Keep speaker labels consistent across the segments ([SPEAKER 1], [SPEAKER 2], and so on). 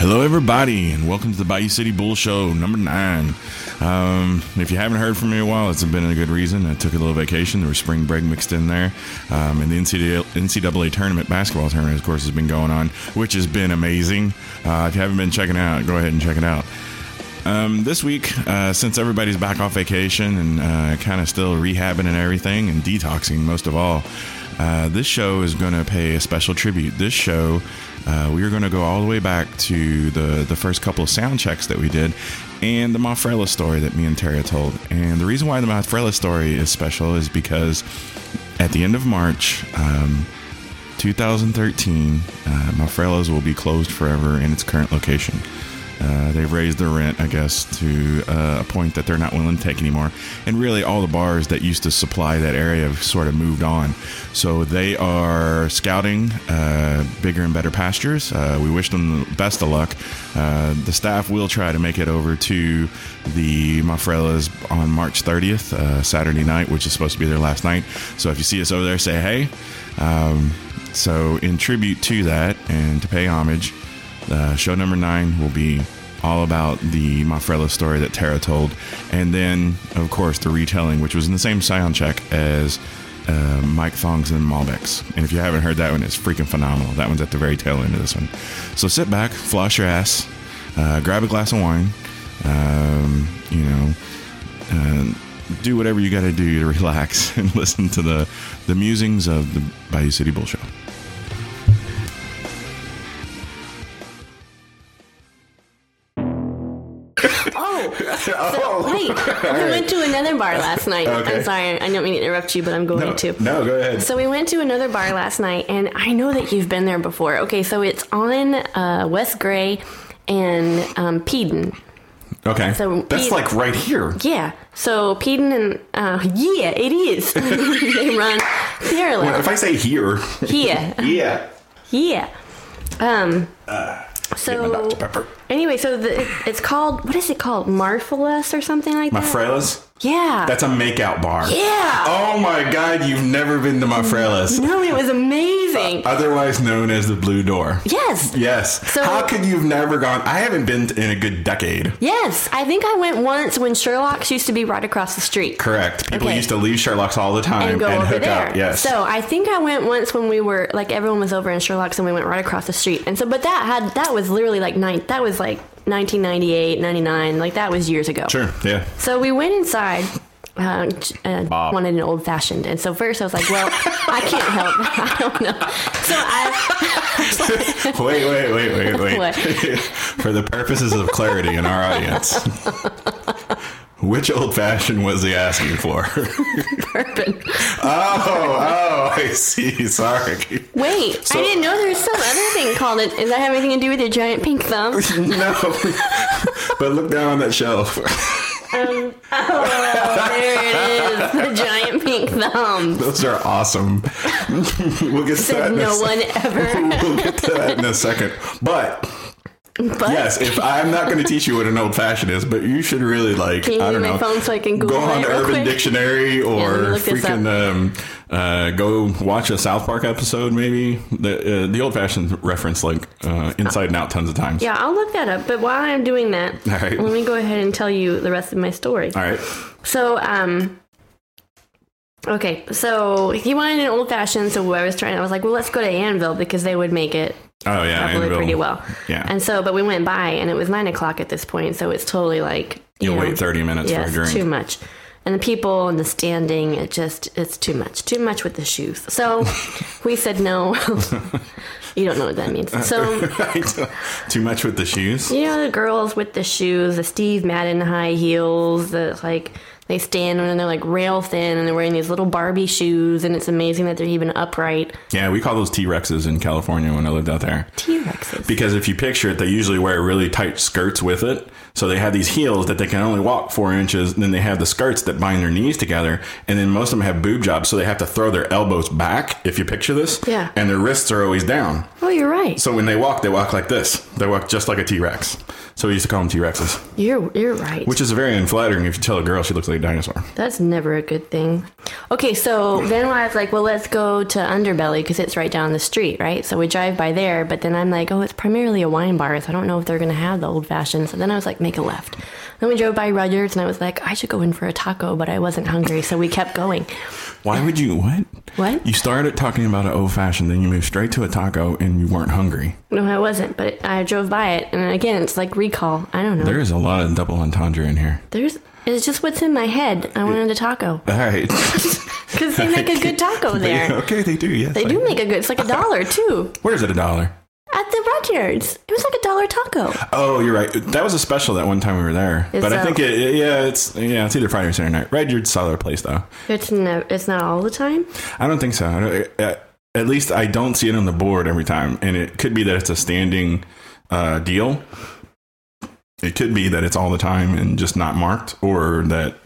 [SPEAKER 1] Hello, everybody, and welcome to the Bayou City Bull Show number nine. Um, if you haven't heard from me in a while, it's been a good reason. I took a little vacation. There was spring break mixed in there. Um, and the NCAA, NCAA tournament, basketball tournament, of course, has been going on, which has been amazing. Uh, if you haven't been checking it out, go ahead and check it out. Um, this week, uh, since everybody's back off vacation and uh, kind of still rehabbing and everything and detoxing most of all, uh, this show is going to pay a special tribute. This show, uh, we are going to go all the way back to the, the first couple of sound checks that we did and the Mafrella story that me and Tara told. And the reason why the Mafrella story is special is because at the end of March, um, 2013, uh, Mafrella's will be closed forever in its current location. Uh, they've raised their rent, I guess, to uh, a point that they're not willing to take anymore. And really, all the bars that used to supply that area have sort of moved on. So they are scouting uh, bigger and better pastures. Uh, we wish them the best of luck. Uh, the staff will try to make it over to the Mafrellas on March 30th, uh, Saturday night, which is supposed to be their last night. So if you see us over there, say hey. Um, so, in tribute to that and to pay homage, uh, show number nine will be all about the Mafrella story that Tara told, and then, of course, the retelling, which was in the same sound check as uh, Mike Thongs and Malbecs. And if you haven't heard that one, it's freaking phenomenal. That one's at the very tail end of this one. So sit back, floss your ass, uh, grab a glass of wine, um, you know, uh, do whatever you got to do to relax and listen to the, the musings of the Bayou City Bull Show.
[SPEAKER 2] Oh, so, wait. We went to another bar last night. I'm sorry. I don't mean to interrupt you, but I'm going to.
[SPEAKER 1] No, go ahead.
[SPEAKER 2] So we went to another bar last night, and I know that you've been there before. Okay, so it's on uh, West Gray and um, Peden.
[SPEAKER 1] Okay.
[SPEAKER 2] So
[SPEAKER 1] That's
[SPEAKER 2] Pete-
[SPEAKER 1] like right here.
[SPEAKER 2] Yeah. So Peden and uh, yeah, it is. they run parallel.
[SPEAKER 1] If I say here,
[SPEAKER 2] Yeah,
[SPEAKER 1] yeah.
[SPEAKER 2] yeah. Um.
[SPEAKER 1] Get my
[SPEAKER 2] So
[SPEAKER 1] Dr. Pepper.
[SPEAKER 2] anyway, so the, it's called what is it called? Marvelous or something like
[SPEAKER 1] My
[SPEAKER 2] that.
[SPEAKER 1] Frelas,
[SPEAKER 2] yeah.
[SPEAKER 1] that's a makeout bar.
[SPEAKER 2] yeah.
[SPEAKER 1] Oh my god, you've never been to my Frelas,
[SPEAKER 2] No, it was amazing.
[SPEAKER 1] Uh, otherwise known as the Blue Door.
[SPEAKER 2] yes.
[SPEAKER 1] Yes.
[SPEAKER 2] So-
[SPEAKER 1] How could you've never gone? I haven't been in a good decade.
[SPEAKER 2] Yes. I think I went once when Sherlock's used to be right across the street.
[SPEAKER 1] Correct. People
[SPEAKER 2] Okay.
[SPEAKER 1] used to leave Sherlock's all the time
[SPEAKER 2] And
[SPEAKER 1] and,
[SPEAKER 2] go over
[SPEAKER 1] hook
[SPEAKER 2] there.
[SPEAKER 1] up. Yes.
[SPEAKER 2] So I think I went once when we were like everyone was over in Sherlock's and we went right across the street. And so but that had that was literally like nine that was like 1998, 99, like that was years ago.
[SPEAKER 1] sure. Yeah.
[SPEAKER 2] So we went inside. Uh, j- uh, wanted an old fashioned, and so first I was like, "Well, I can't help. I don't know." So I,
[SPEAKER 1] Wait, wait, wait, wait, wait.
[SPEAKER 2] What?
[SPEAKER 1] For the purposes of clarity in our audience, which old fashioned was he asking for?
[SPEAKER 2] bourbon.
[SPEAKER 1] Oh, oh, I see. Sorry.
[SPEAKER 2] Wait, I didn't know there was some other thing called it. Does that have anything to do with your giant pink thumb?
[SPEAKER 1] No. but look down on that shelf.
[SPEAKER 2] Oh, there it is. The giant pink thumb.
[SPEAKER 1] Those are awesome. we'll get to that
[SPEAKER 2] Said
[SPEAKER 1] in a
[SPEAKER 2] no
[SPEAKER 1] sec-
[SPEAKER 2] one ever.
[SPEAKER 1] We'll get to that in a second. But
[SPEAKER 2] But
[SPEAKER 1] yes, if I'm not going to teach you what an old fashioned is, but you should really like
[SPEAKER 2] can you
[SPEAKER 1] I
[SPEAKER 2] give
[SPEAKER 1] don't
[SPEAKER 2] me
[SPEAKER 1] know.
[SPEAKER 2] my phone so I can Google
[SPEAKER 1] Go on
[SPEAKER 2] it
[SPEAKER 1] to
[SPEAKER 2] real
[SPEAKER 1] Urban
[SPEAKER 2] quick?
[SPEAKER 1] Dictionary
[SPEAKER 2] let me
[SPEAKER 1] or
[SPEAKER 2] look this up.
[SPEAKER 1] freaking um, uh, go watch a South Park episode, maybe the uh, the old fashioned reference like uh, inside and out tons of times.
[SPEAKER 2] Yeah, I'll look that up. But while I'm doing that,
[SPEAKER 1] All right.
[SPEAKER 2] let me go ahead and tell you the rest of my story.
[SPEAKER 1] All right.
[SPEAKER 2] So, um, okay, so he wanted an old fashioned. So I was trying, I was like, well, let's go to Anvil because they would make it
[SPEAKER 1] Oh yeah.
[SPEAKER 2] probably
[SPEAKER 1] Anvil.
[SPEAKER 2] pretty well.
[SPEAKER 1] Yeah.
[SPEAKER 2] And so, but we went by and it was nine o'clock at this point, so it's totally like
[SPEAKER 1] You'll
[SPEAKER 2] know,
[SPEAKER 1] wait 30 minutes
[SPEAKER 2] Yeah,
[SPEAKER 1] for a
[SPEAKER 2] it's
[SPEAKER 1] drink.
[SPEAKER 2] too much. And the people and the standing, it just, it's too much. Too much with the shoes. So we said no. you don't know what that means. So,
[SPEAKER 1] Too much with the shoes.
[SPEAKER 2] you know, the girls with the shoes, the Steve Madden high heels, the like, they stand and they're like rail thin and they're wearing these little Barbie shoes and it's amazing that they're even upright.
[SPEAKER 1] Yeah, we call those T Rexes in California when I lived out there.
[SPEAKER 2] T Rexes.
[SPEAKER 1] Because if you picture it, they usually wear really tight skirts with it. So they have these heels that they can only walk four inches. Then they have the skirts that bind their knees together. And then most of them have boob jobs. So they have to throw their elbows back, if you picture this.
[SPEAKER 2] Yeah.
[SPEAKER 1] And their wrists are always down.
[SPEAKER 2] Oh, you're right.
[SPEAKER 1] So when they walk, they walk like this. They walk just like a T Rex. So we used to call them T Rexes,
[SPEAKER 2] You're you're right.
[SPEAKER 1] which is very unflattering if you tell a girl she looks like a dinosaur.
[SPEAKER 2] That's never a good thing. Okay, so then I was like, well, let's go to Underbelly because it's right down the street, right? So we drive by there, but then I'm like, oh, it's primarily a wine bar, so I don't know if they're going to have the old fashioned. So then I was like, make a left. Then we drove by Rudyard's and I was like, I should go in for a taco, but I wasn't hungry, so we kept going.
[SPEAKER 1] Why would you? What?
[SPEAKER 2] What?
[SPEAKER 1] You started talking about an old fashioned, then you moved straight to a taco and you weren't hungry.
[SPEAKER 2] No, I wasn't, but I drove by it. And again, it's like recall. I don't know.
[SPEAKER 1] There is a lot of double entendre in here.
[SPEAKER 2] There's. It's just what's in my head. I wanted a taco
[SPEAKER 1] All right.
[SPEAKER 2] because they make a good taco there.
[SPEAKER 1] okay, they do, yes.
[SPEAKER 2] They do make a good. It's like a dollar too
[SPEAKER 1] Where is it a dollar?
[SPEAKER 2] at the Rudyard's. It was like a dollar taco.
[SPEAKER 1] Oh, you're right. That was a special that one time we were there.
[SPEAKER 2] Is
[SPEAKER 1] but I
[SPEAKER 2] that-
[SPEAKER 1] think it, yeah, it's yeah, it's either Friday or Saturday night. Rudyard's saw their place though.
[SPEAKER 2] It's no, it's not all the time.
[SPEAKER 1] I don't think so. I don't- uh, At least I don't see it on the board every time, and it could be that it's a standing uh, deal. It could be that it's all the time and just not marked, or that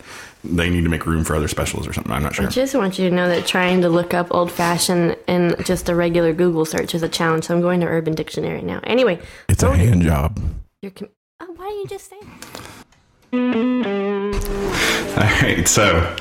[SPEAKER 1] they need to make room for other specials or something. I'm not sure.
[SPEAKER 2] I just want you to know that trying to look up old fashioned in just a regular Google search is a challenge. So I'm going to Urban Dictionary now. Anyway,
[SPEAKER 1] It's a hand job.
[SPEAKER 2] you're com- oh, why didn't you just say? that?
[SPEAKER 1] All right, so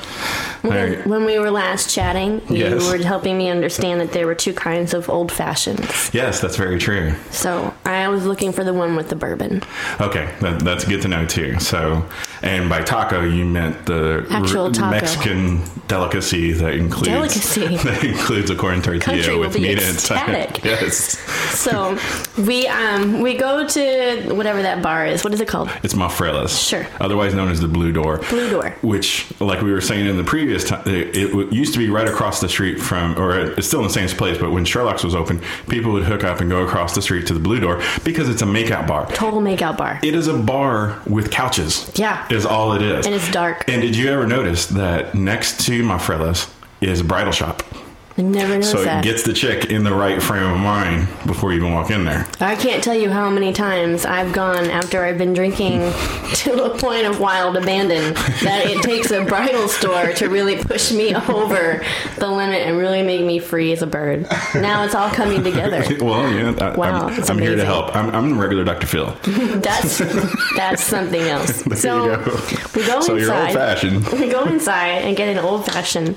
[SPEAKER 1] all right.
[SPEAKER 2] When we were last chatting,
[SPEAKER 1] Yes.
[SPEAKER 2] you were helping me understand that there were two kinds of old fashions.
[SPEAKER 1] Yes, that's very true.
[SPEAKER 2] So I was looking for the one with the bourbon.
[SPEAKER 1] Okay, that, that's good to know too. So, and by taco you meant the
[SPEAKER 2] Actual taco.
[SPEAKER 1] Mexican delicacy that includes
[SPEAKER 2] Delicacy.
[SPEAKER 1] that includes a corn
[SPEAKER 2] Country
[SPEAKER 1] tortilla
[SPEAKER 2] will
[SPEAKER 1] with
[SPEAKER 2] be
[SPEAKER 1] meat inside.
[SPEAKER 2] ecstatic.
[SPEAKER 1] Yes,
[SPEAKER 2] So we um we go to whatever that bar is. What is it called?
[SPEAKER 1] it's mofrelas.
[SPEAKER 2] Sure.
[SPEAKER 1] Otherwise known as the Blue Door.
[SPEAKER 2] Blue Door.
[SPEAKER 1] Which, like we were saying in the previous time, it, it w- used to be right across the street from, or it's still in the same place. But when Sherlock's was open, people would hook up and go across the street to the Blue Door because it's a makeout bar.
[SPEAKER 2] Total makeout bar.
[SPEAKER 1] It is a bar with couches.
[SPEAKER 2] Yeah.
[SPEAKER 1] Is all it is.
[SPEAKER 2] And it's dark.
[SPEAKER 1] And did you ever notice that next to my Frella's is a bridal shop?
[SPEAKER 2] I never noticed
[SPEAKER 1] So it
[SPEAKER 2] that.
[SPEAKER 1] gets the chick in the right frame of mind before you even walk in there.
[SPEAKER 2] I can't tell you how many times I've gone after I've been drinking to a point of wild abandon that it takes a bridal store to really push me over the limit and really make me free as a bird. Now it's all coming together.
[SPEAKER 1] Well, yeah, I,
[SPEAKER 2] Wow,
[SPEAKER 1] I'm,
[SPEAKER 2] that's
[SPEAKER 1] I'm here to
[SPEAKER 2] amazing.
[SPEAKER 1] help. I'm, I'm the regular Dr. Phil.
[SPEAKER 2] That's that's something else.
[SPEAKER 1] There
[SPEAKER 2] so
[SPEAKER 1] you go.
[SPEAKER 2] we go
[SPEAKER 1] so you're old
[SPEAKER 2] inside.
[SPEAKER 1] fashioned.
[SPEAKER 2] we go inside and get an old fashioned.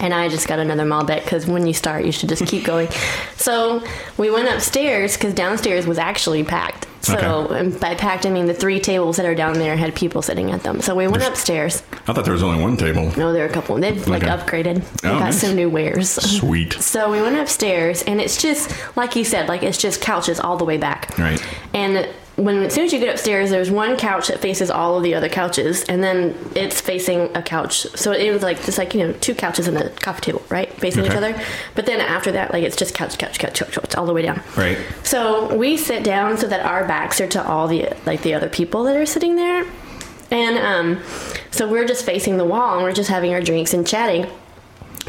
[SPEAKER 2] And I just got another Malbec because when you start, you should just keep going. So we went upstairs because downstairs was actually packed. So
[SPEAKER 1] Okay.
[SPEAKER 2] and by packed, I mean the three tables that are down there had people sitting at them. So we went upstairs.
[SPEAKER 1] I thought there was only one table.
[SPEAKER 2] No, there were a couple. They've like
[SPEAKER 1] Okay.
[SPEAKER 2] upgraded. They
[SPEAKER 1] Oh,
[SPEAKER 2] got
[SPEAKER 1] nice.
[SPEAKER 2] some new wares.
[SPEAKER 1] Sweet.
[SPEAKER 2] So we went upstairs, and it's just like you said, like it's just couches all the way back.
[SPEAKER 1] Right.
[SPEAKER 2] And when as soon as you get upstairs, there's one couch that faces all of the other couches, and then it's facing a couch. So it was like just like you know two couches and a coffee table, right, facing each
[SPEAKER 1] Okay.
[SPEAKER 2] other. But then after that, like it's just couch, couch, couch, couch, couch all the way down.
[SPEAKER 1] Right.
[SPEAKER 2] So we sit down so that our backs are to all the like the other people that are sitting there, and um, so we're just facing the wall and we're just having our drinks and chatting,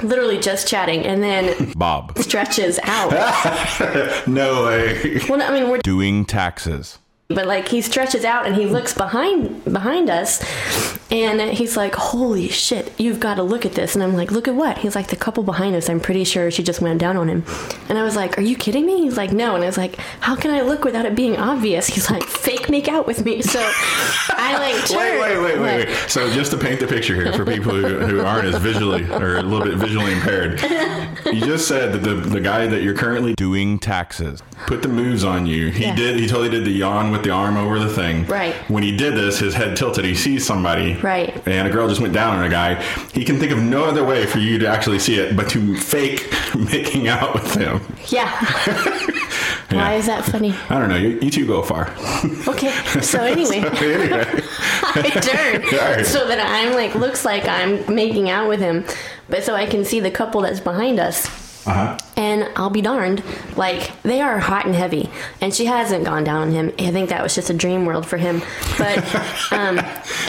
[SPEAKER 2] literally just chatting, and then
[SPEAKER 1] Bob.
[SPEAKER 2] stretches out.
[SPEAKER 1] No way.
[SPEAKER 2] well, I mean we're
[SPEAKER 1] Doing taxes.
[SPEAKER 2] but like he stretches out and he looks behind behind us and he's like holy shit you've got to look at this and i'm like look at what he's like the couple behind us i'm pretty sure she just went down on him and i was like are you kidding me he's like no and i was like how can i look without it being obvious he's like fake make out with me so i like
[SPEAKER 1] Wait,
[SPEAKER 2] turned,
[SPEAKER 1] wait, wait, wait,
[SPEAKER 2] like,
[SPEAKER 1] wait. So just to paint the picture here for people who, who aren't as visually or a little bit visually impaired, you just said that the, the guy that you're currently doing taxes put the moves on you. He
[SPEAKER 2] Yeah.
[SPEAKER 1] did. He totally did the yawn with the arm over the thing.
[SPEAKER 2] Right.
[SPEAKER 1] When he did this, his head tilted. He sees somebody.
[SPEAKER 2] Right.
[SPEAKER 1] And a girl just went down on a guy. He can think of no other way for you to actually see it but to fake making out with him.
[SPEAKER 2] yeah why is that funny
[SPEAKER 1] I don't know. You, you two go far.
[SPEAKER 2] okay so anyway
[SPEAKER 1] anyway.
[SPEAKER 2] I turn
[SPEAKER 1] Alright.
[SPEAKER 2] so that I'm like looks like I'm making out with him, but so I can see the couple that's behind us.
[SPEAKER 1] Uh-huh.
[SPEAKER 2] And I'll be darned, like they are hot and heavy, and she hasn't gone down on him. I think that was just a dream world for him. But um,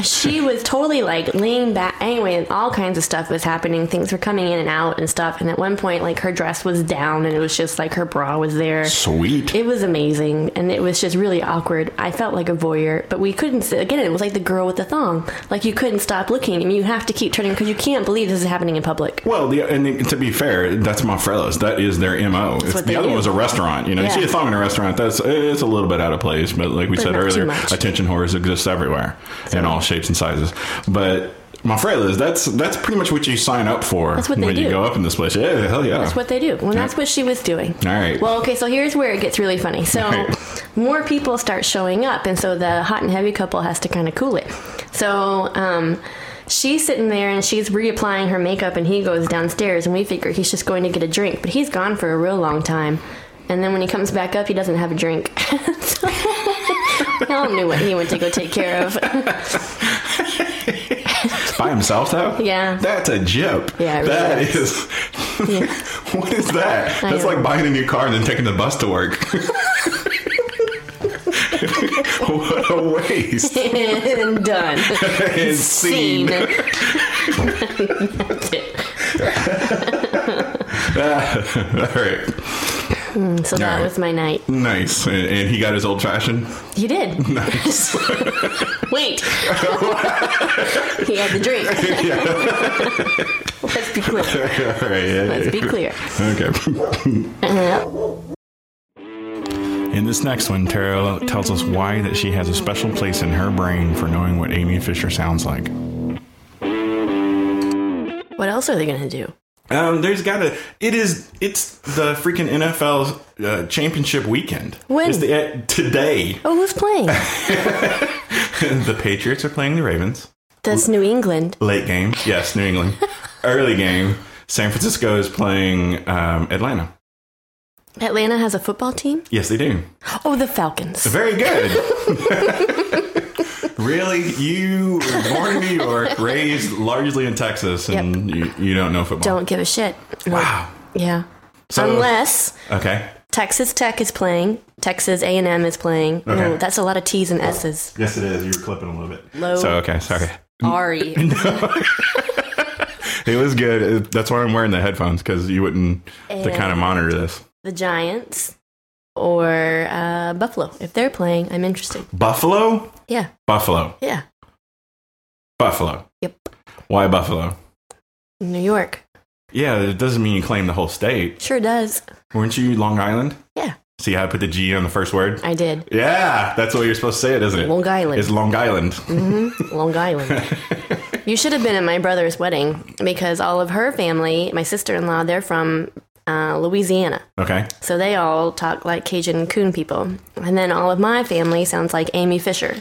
[SPEAKER 2] she was totally like leaning back. Anyway, and all kinds of stuff was happening. Things were coming in and out and stuff. And at one point, like her dress was down, and it was just like her bra was there.
[SPEAKER 1] Sweet.
[SPEAKER 2] It was amazing, and it was just really awkward. I felt like a voyeur, but we couldn't sit. Again, it was like the girl with the thong. Like you couldn't stop looking, and you have to keep turning because you can't believe this is happening in public.
[SPEAKER 1] Well, the, and the, to be fair, that's Monfrello's. That is their mo. It's,
[SPEAKER 2] what
[SPEAKER 1] the
[SPEAKER 2] they
[SPEAKER 1] other
[SPEAKER 2] do.
[SPEAKER 1] one was a restaurant. You know,
[SPEAKER 2] Yeah.
[SPEAKER 1] you see a thong in a restaurant. That's it's a little bit out of place, but like we
[SPEAKER 2] But
[SPEAKER 1] said
[SPEAKER 2] not too
[SPEAKER 1] earlier,
[SPEAKER 2] much.
[SPEAKER 1] attention whores exist everywhere in all shapes and sizes. But my friend is that's that's pretty much what you sign up for
[SPEAKER 2] That's what they
[SPEAKER 1] when you
[SPEAKER 2] do.
[SPEAKER 1] go up in this place. Yeah, hell yeah.
[SPEAKER 2] That's what they do. Well, that's what she was doing.
[SPEAKER 1] All right.
[SPEAKER 2] Well, okay, so here's where it gets really funny. So
[SPEAKER 1] Right.
[SPEAKER 2] more people start showing up, and so the hot and heavy couple has to kind of cool it. So um, she's sitting there and she's reapplying her makeup, and he goes downstairs, and we figure he's just going to get a drink, but he's gone for a real long time. And then when he comes back up, he doesn't have a drink. so, Helen knew what he went to go take care of.
[SPEAKER 1] By himself though?
[SPEAKER 2] Yeah.
[SPEAKER 1] That's a jip.
[SPEAKER 2] Yeah, it really
[SPEAKER 1] That
[SPEAKER 2] is.
[SPEAKER 1] is what is that?
[SPEAKER 2] I
[SPEAKER 1] That's
[SPEAKER 2] know.
[SPEAKER 1] like buying a new car and then taking the bus to work. what a waste.
[SPEAKER 2] and done.
[SPEAKER 1] and
[SPEAKER 2] Scene.
[SPEAKER 1] scene.
[SPEAKER 2] That's it.
[SPEAKER 1] All right.
[SPEAKER 2] So that
[SPEAKER 1] Alright.
[SPEAKER 2] was my night.
[SPEAKER 1] Nice. And, and he got his old fashioned.
[SPEAKER 2] He did.
[SPEAKER 1] Nice.
[SPEAKER 2] Wait. he had the drink. Let's be clear.
[SPEAKER 1] All right. yeah,
[SPEAKER 2] Let's be
[SPEAKER 1] yeah.
[SPEAKER 2] clear. Uh,
[SPEAKER 1] Okay.
[SPEAKER 3] In this next one, Tara tells us why that she has a special place in her brain for knowing what Amy Fisher sounds like.
[SPEAKER 2] What else are they going to do?
[SPEAKER 1] Um, there's got to. It is. It's the freaking NFL uh, championship weekend.
[SPEAKER 2] When?
[SPEAKER 1] It's the, uh, today.
[SPEAKER 2] Oh, who's playing?
[SPEAKER 1] the Patriots are playing the Ravens.
[SPEAKER 2] That's New England.
[SPEAKER 1] Late game, yes, New England. Early game, San Francisco is playing um, Atlanta.
[SPEAKER 2] Atlanta has a football team.
[SPEAKER 1] Yes, they do.
[SPEAKER 2] Oh, the Falcons.
[SPEAKER 1] Very good. really, you were born in New York, raised largely in Texas, and you, you don't know football.
[SPEAKER 2] Don't give a shit.
[SPEAKER 1] Wow.
[SPEAKER 2] Yeah.
[SPEAKER 1] So-
[SPEAKER 2] Unless
[SPEAKER 1] Okay.
[SPEAKER 2] Texas Tech is playing, Texas A&M is playing.
[SPEAKER 1] Okay.
[SPEAKER 2] No, that's a lot of T's and S's.
[SPEAKER 1] Yes, it is. You were clipping a little bit.
[SPEAKER 2] Low. E.
[SPEAKER 1] So okay, sorry.
[SPEAKER 2] Ari.
[SPEAKER 1] It was good. That's why I'm wearing the headphones because you wouldn't to kind of
[SPEAKER 2] And-
[SPEAKER 1] monitor this.
[SPEAKER 2] the Giants or uh, Buffalo. If they're playing, I'm interested.
[SPEAKER 1] Buffalo,
[SPEAKER 2] Yeah.
[SPEAKER 1] Buffalo,
[SPEAKER 2] Yeah.
[SPEAKER 1] Buffalo.
[SPEAKER 2] Yep.
[SPEAKER 1] Why Buffalo?
[SPEAKER 2] New York.
[SPEAKER 1] Yeah, it doesn't mean you claim the whole state.
[SPEAKER 2] Sure does.
[SPEAKER 1] Weren't you Long Island?
[SPEAKER 2] Yeah,
[SPEAKER 1] See how I put the G on the first word?
[SPEAKER 2] I did.
[SPEAKER 1] Yeah, that's what you're supposed to say it, isn't it?
[SPEAKER 2] Long Island. Mm-hmm.
[SPEAKER 1] It's Long Island.
[SPEAKER 2] Long Island. you should have been at my brother's wedding because all of her family, my sister in law, they're from uh, Louisiana.
[SPEAKER 1] Okay.
[SPEAKER 2] So they all talk like Cajun coon people. And then all of my family sounds like Amy Fisher.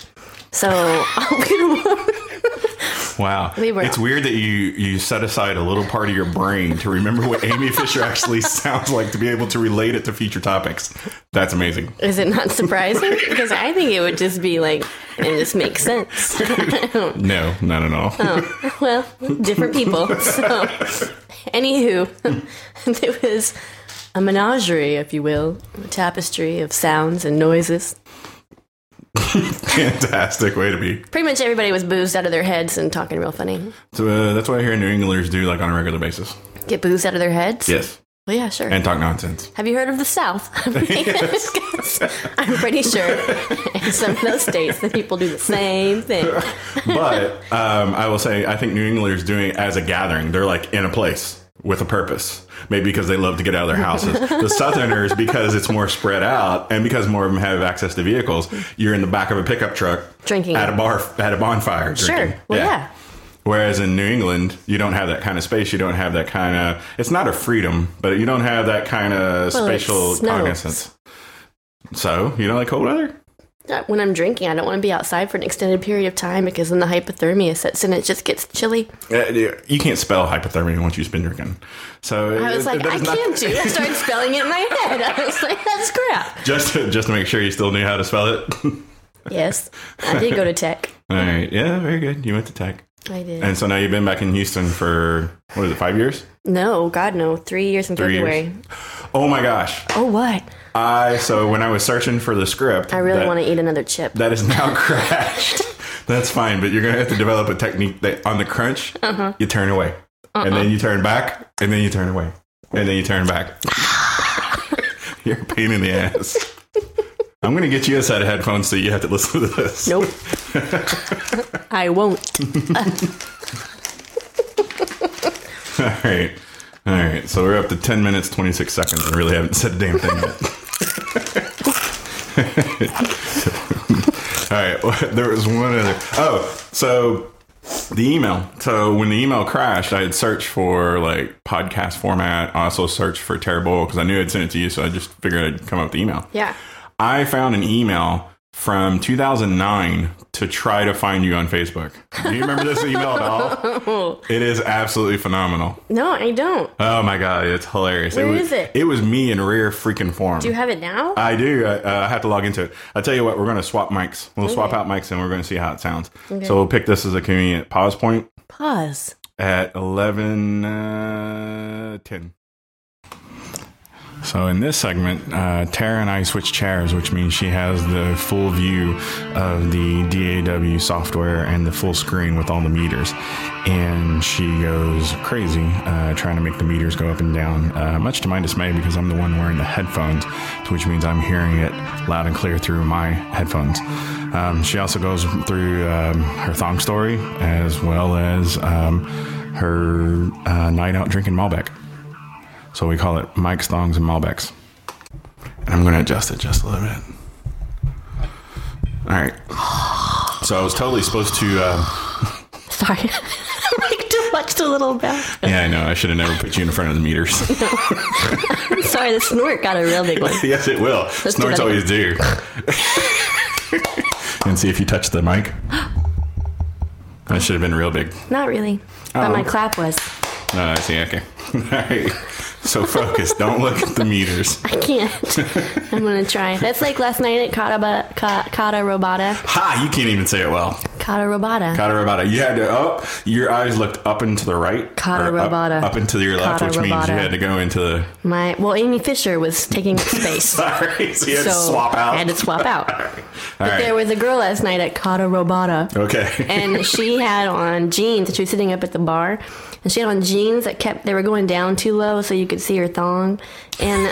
[SPEAKER 2] So
[SPEAKER 1] Wow.
[SPEAKER 2] We were-
[SPEAKER 1] it's weird that you you set aside a little part of your brain to remember what Amy Fisher actually sounds like to be able to relate it to future topics. That's amazing.
[SPEAKER 2] is it not surprising? because I think it would just be like, it just makes sense.
[SPEAKER 1] No, not at all.
[SPEAKER 2] Oh. well, different people. So, anywho, it was a menagerie, if you will, a tapestry of sounds and noises.
[SPEAKER 1] Fantastic way to be.
[SPEAKER 2] Pretty much everybody was boozed out of their heads and talking real funny.
[SPEAKER 1] So uh, that's what I hear New Englanders do like on a regular basis.
[SPEAKER 2] Get boozed out of their heads?
[SPEAKER 1] Yes.
[SPEAKER 2] Well, yeah, sure.
[SPEAKER 1] And talk nonsense.
[SPEAKER 2] Have you heard of the South? Because I'm pretty sure in some of those states that people do the same thing.
[SPEAKER 1] but um, I will say, I think New Englanders doing it as a gathering. They're like in a place with a purpose. Maybe because they love to get out of their houses. the Southerners, because it's more spread out and because more of them have access to vehicles, you're in the back of a pickup truck
[SPEAKER 2] Drinking.
[SPEAKER 1] at a bar at a bonfire.
[SPEAKER 2] Sure.
[SPEAKER 1] drinking.
[SPEAKER 2] Well, yeah.
[SPEAKER 1] Whereas in New England, you don't have that kind of space. You don't have that kind of. It's not a freedom, but you don't have that kind of
[SPEAKER 2] Well, it
[SPEAKER 1] spatial
[SPEAKER 2] snows.
[SPEAKER 1] cognizance. So you don't like cold weather.
[SPEAKER 2] Uh, When I'm drinking, I don't want to be outside for an extended period of time because then the hypothermia sets in. It just gets chilly.
[SPEAKER 1] Uh, You can't spell hypothermia once you've been drinking. So
[SPEAKER 2] I was
[SPEAKER 1] it-
[SPEAKER 2] like,
[SPEAKER 1] that
[SPEAKER 2] I
[SPEAKER 1] is not-
[SPEAKER 2] can't do. it. I started spelling it in my head. I was like, that's crap.
[SPEAKER 1] Just to, just to make sure you still knew how to spell it. All
[SPEAKER 2] Yes, I did go to tech.
[SPEAKER 1] right. Yeah. Very good. You went to tech,
[SPEAKER 2] I did.
[SPEAKER 1] and so now you've been back in Houston for what is it? Five years?
[SPEAKER 2] no, God, no. Three years in
[SPEAKER 1] Three
[SPEAKER 2] February.
[SPEAKER 1] years. Oh my gosh!
[SPEAKER 2] Oh, what?
[SPEAKER 1] I so when I was searching for the script,
[SPEAKER 2] I really
[SPEAKER 1] that,
[SPEAKER 2] want to eat another chip.
[SPEAKER 1] That is now crashed. That's fine, but you're gonna have to develop a technique that on the crunch, you turn away, and then you turn back, and then you turn away, and then you turn back. you're a pain in the ass. I'm gonna get you a set of headphones so you have to listen to this.
[SPEAKER 2] nope. I won't.
[SPEAKER 1] All right. All right, so we're up to 10 minutes, 26 seconds, and really haven't said a damn thing yet. All right, there was one other. Oh, so the email. So when the email crashed, I had searched for like podcast format. I also searched for Terrible because I knew I'd sent it to you, so I just figured I'd come up with the email.
[SPEAKER 2] Yeah.
[SPEAKER 1] I found an email from 2009 to try to find you on Facebook. Do you remember this email at all? It is absolutely phenomenal.
[SPEAKER 2] No, I don't.
[SPEAKER 1] Oh my god, it's hilarious.
[SPEAKER 2] Where
[SPEAKER 1] it was,
[SPEAKER 2] is it?
[SPEAKER 1] It was me in rare freaking form.
[SPEAKER 2] Do you have it now?
[SPEAKER 1] I do. I, uh, I have to log into it. I tell you what, we're going to swap mics. We'll swap out mics and we're going to see how it sounds. So we'll pick this as a convenient pause point
[SPEAKER 2] Pause.
[SPEAKER 1] at 11 uh, 10. So in this segment, uh, Tara and I switch chairs, which means she has the full view of the DAW software and the full screen with all the meters, and she goes crazy uh, trying to make the meters go up and down. Uh, much to my dismay, because I'm the one wearing the headphones, which means I'm hearing it loud and clear through my headphones. Um, she also goes through um, her thong story as well as um, her uh, night out drinking Malbec. So we call it Mike's Thongs and Malbecs. And I'm going to adjust it just a little bit. All right. So I was totally supposed to. Uh,
[SPEAKER 2] Sorry. like too much, too little bell.
[SPEAKER 1] yeah, I know. I should have never put you in front of the meters.
[SPEAKER 2] Sorry, the snort got a real big one.
[SPEAKER 1] yes, it will.
[SPEAKER 2] Let's do
[SPEAKER 1] Snorts
[SPEAKER 2] that
[SPEAKER 1] always do. and see if you touch the mic. That should have been real big.
[SPEAKER 2] Not really. But
[SPEAKER 1] Oh.
[SPEAKER 2] my clap was.
[SPEAKER 1] No, I see. Okay. All right. So focus. Don't look at the meters.
[SPEAKER 2] I can't. I'm gonna try. That's like last night at Kata Ba- Ka- Kata Robata.
[SPEAKER 1] Ha! You can't even say it well.
[SPEAKER 2] Kata Robata.
[SPEAKER 1] Kata Rabata. You had to up. Your eyes looked up and to the right.
[SPEAKER 2] Kata
[SPEAKER 1] or up-
[SPEAKER 2] Rabata.
[SPEAKER 1] Up, into your left,
[SPEAKER 2] Kata
[SPEAKER 1] which means you
[SPEAKER 2] Rabata.
[SPEAKER 1] had to go into the.
[SPEAKER 2] My well, Amy Fisher was taking up space,
[SPEAKER 1] Sorry, so you had
[SPEAKER 2] so
[SPEAKER 1] to swap out.
[SPEAKER 2] I had to swap out.
[SPEAKER 1] All right.
[SPEAKER 2] There was a girl last night at Kata Robata.
[SPEAKER 1] okay.
[SPEAKER 2] and she had on jeans that she was sitting up at the bar and she had on jeans that kept they were going down too low so you could see her thong and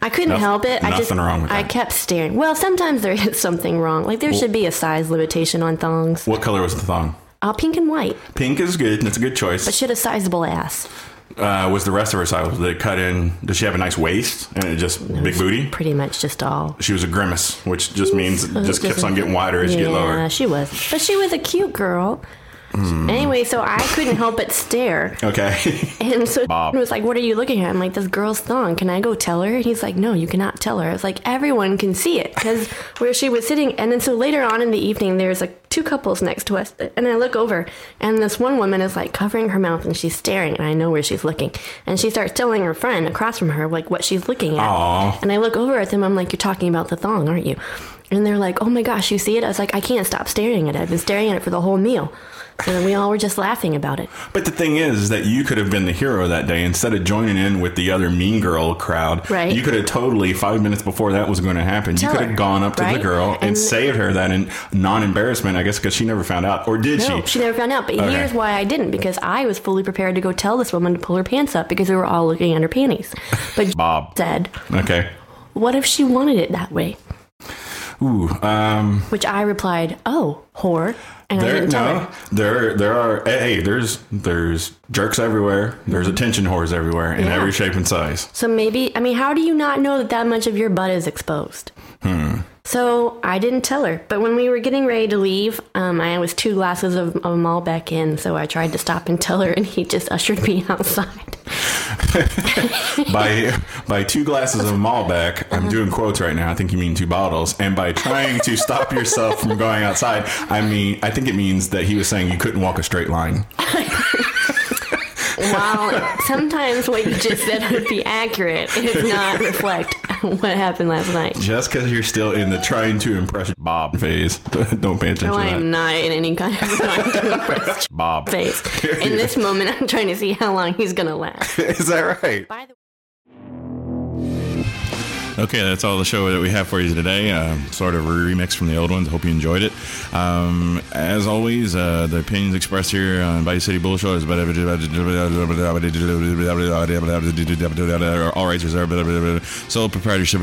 [SPEAKER 2] i couldn't
[SPEAKER 1] Noth-
[SPEAKER 2] help it i just
[SPEAKER 1] nothing wrong with
[SPEAKER 2] i
[SPEAKER 1] that.
[SPEAKER 2] kept staring well sometimes there is something wrong like there should be a size limitation on thongs
[SPEAKER 1] what color was the thong?
[SPEAKER 2] uh, pink and white
[SPEAKER 1] Pink is good. That's a good
[SPEAKER 2] but
[SPEAKER 1] choice.
[SPEAKER 2] she had a sizable ass
[SPEAKER 1] Uh, was the rest of her size? Was it cut in? Does she have a nice waist and it just big booty?
[SPEAKER 2] pretty much just all
[SPEAKER 1] She was a grimace, which just means it just keeps on getting wider as you get
[SPEAKER 2] yeah
[SPEAKER 1] lower. Hmm.
[SPEAKER 2] she was but she was a cute girl anyway so i couldn't help but stare
[SPEAKER 1] Okay.
[SPEAKER 2] And so
[SPEAKER 1] Bob.
[SPEAKER 2] he was like, "What are you looking at?" I'm like, "This girl's thong. Can I go tell her?" And he's like, "No, you cannot tell her." I was like, "Everyone can see it because where she was sitting." And then so later on in the evening, there's like two couples next to us, and I look over, and this one woman is like covering her mouth and she's staring, and I know where she's looking, and she starts telling her friend across from her like what she's looking at.
[SPEAKER 1] Aw.
[SPEAKER 2] And I look over at them. I'm like, "You're talking about the thong, aren't you?" And they're like, "Oh my gosh, you see it?" I was like, "I can't stop staring at it. I've been staring at it for the whole meal." So then we all were just laughing about it.
[SPEAKER 1] But the thing is, is that you could have been the hero that day. Instead of joining in with the other mean girl crowd,
[SPEAKER 2] Right.
[SPEAKER 1] you could have totally five minutes before that was going to happen.
[SPEAKER 2] Tell
[SPEAKER 1] you could
[SPEAKER 2] her,
[SPEAKER 1] have gone up to the
[SPEAKER 2] right?
[SPEAKER 1] girl and,
[SPEAKER 2] And-
[SPEAKER 1] saved her that in non-embarrassment. I guess because she never found out, or did
[SPEAKER 2] No,
[SPEAKER 1] she?
[SPEAKER 2] Oh, she never found out. But
[SPEAKER 1] Okay.
[SPEAKER 2] here's why I didn't because I was fully prepared to go tell this woman to pull her pants up because we were all looking at her panties. But
[SPEAKER 1] Bob.
[SPEAKER 2] said,
[SPEAKER 1] Okay.
[SPEAKER 2] "What if she wanted it that way?"
[SPEAKER 1] Ooh. Um.
[SPEAKER 2] Which I replied, "Oh, whore," and I
[SPEAKER 1] There,
[SPEAKER 2] didn't tell
[SPEAKER 1] no,
[SPEAKER 2] her.
[SPEAKER 1] there, there are. Hey, there's, there's jerks everywhere. There's attention whores everywhere in
[SPEAKER 2] Yeah.
[SPEAKER 1] every shape and size.
[SPEAKER 2] So maybe I mean, how do you not know that that much of your butt is exposed? So I didn't tell her. But when we were getting ready to leave, um, I was two glasses of, of Malbec in, so I tried to stop and tell her, and he just ushered me outside.
[SPEAKER 1] by by two glasses of Malbec, I'm doing quotes right now. I think you mean two bottles. And by trying to stop yourself from going outside, I mean I think it means that he was saying you couldn't walk a straight line.
[SPEAKER 2] While sometimes what you just said would be accurate, it does not reflect what happened last night.
[SPEAKER 1] Just because you're still in the trying to impress Bob phase, don't pay attention
[SPEAKER 2] No, I
[SPEAKER 1] to that.
[SPEAKER 2] am not in any kind of non-compressed
[SPEAKER 1] Bob,
[SPEAKER 2] phase. In this moment, I'm trying to see how long he's going to last.
[SPEAKER 1] is that right?
[SPEAKER 2] By the
[SPEAKER 4] Okay, that's all the show that we have for you today. Uh, sort of a remix from the old ones. Hope you enjoyed it. Um, as always, uh, the opinions expressed here on Vice City Bull Show is about all rights reserved. Sole proprietorship.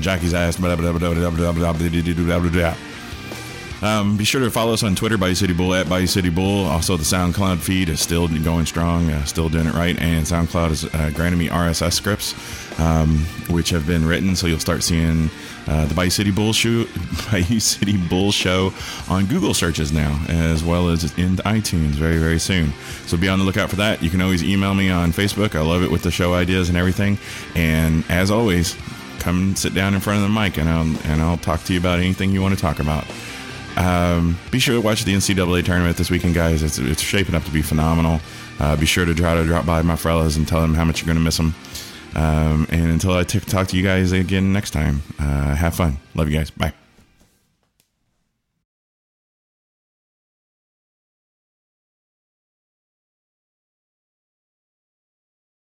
[SPEAKER 4] Jackie's ass.
[SPEAKER 1] Um, be sure to follow us on Twitter, Bayou City Bull at Bayou City Bull. Also, the SoundCloud feed is still going strong, uh, still doing it right. And SoundCloud is uh, granting me RSS scripts, um, which have been written. So you'll start seeing uh, the Bayou City Bull Show, Bayou City Bull Show on Google searches now, as well as in iTunes very, very soon. So be on the lookout for that. You can always email me on Facebook. I love it with the show ideas and everything. And as always, come sit down in front of the mic, and I'll and I'll talk to you about anything you want to talk about. Um, be sure to watch the NCAA tournament this weekend, guys. It's, it's shaping up to be phenomenal. Uh, be sure to try to drop by my fellas and tell them how much you're going to miss them. Um, and until I t- talk to you guys again next time, uh, have fun. Love you guys. Bye.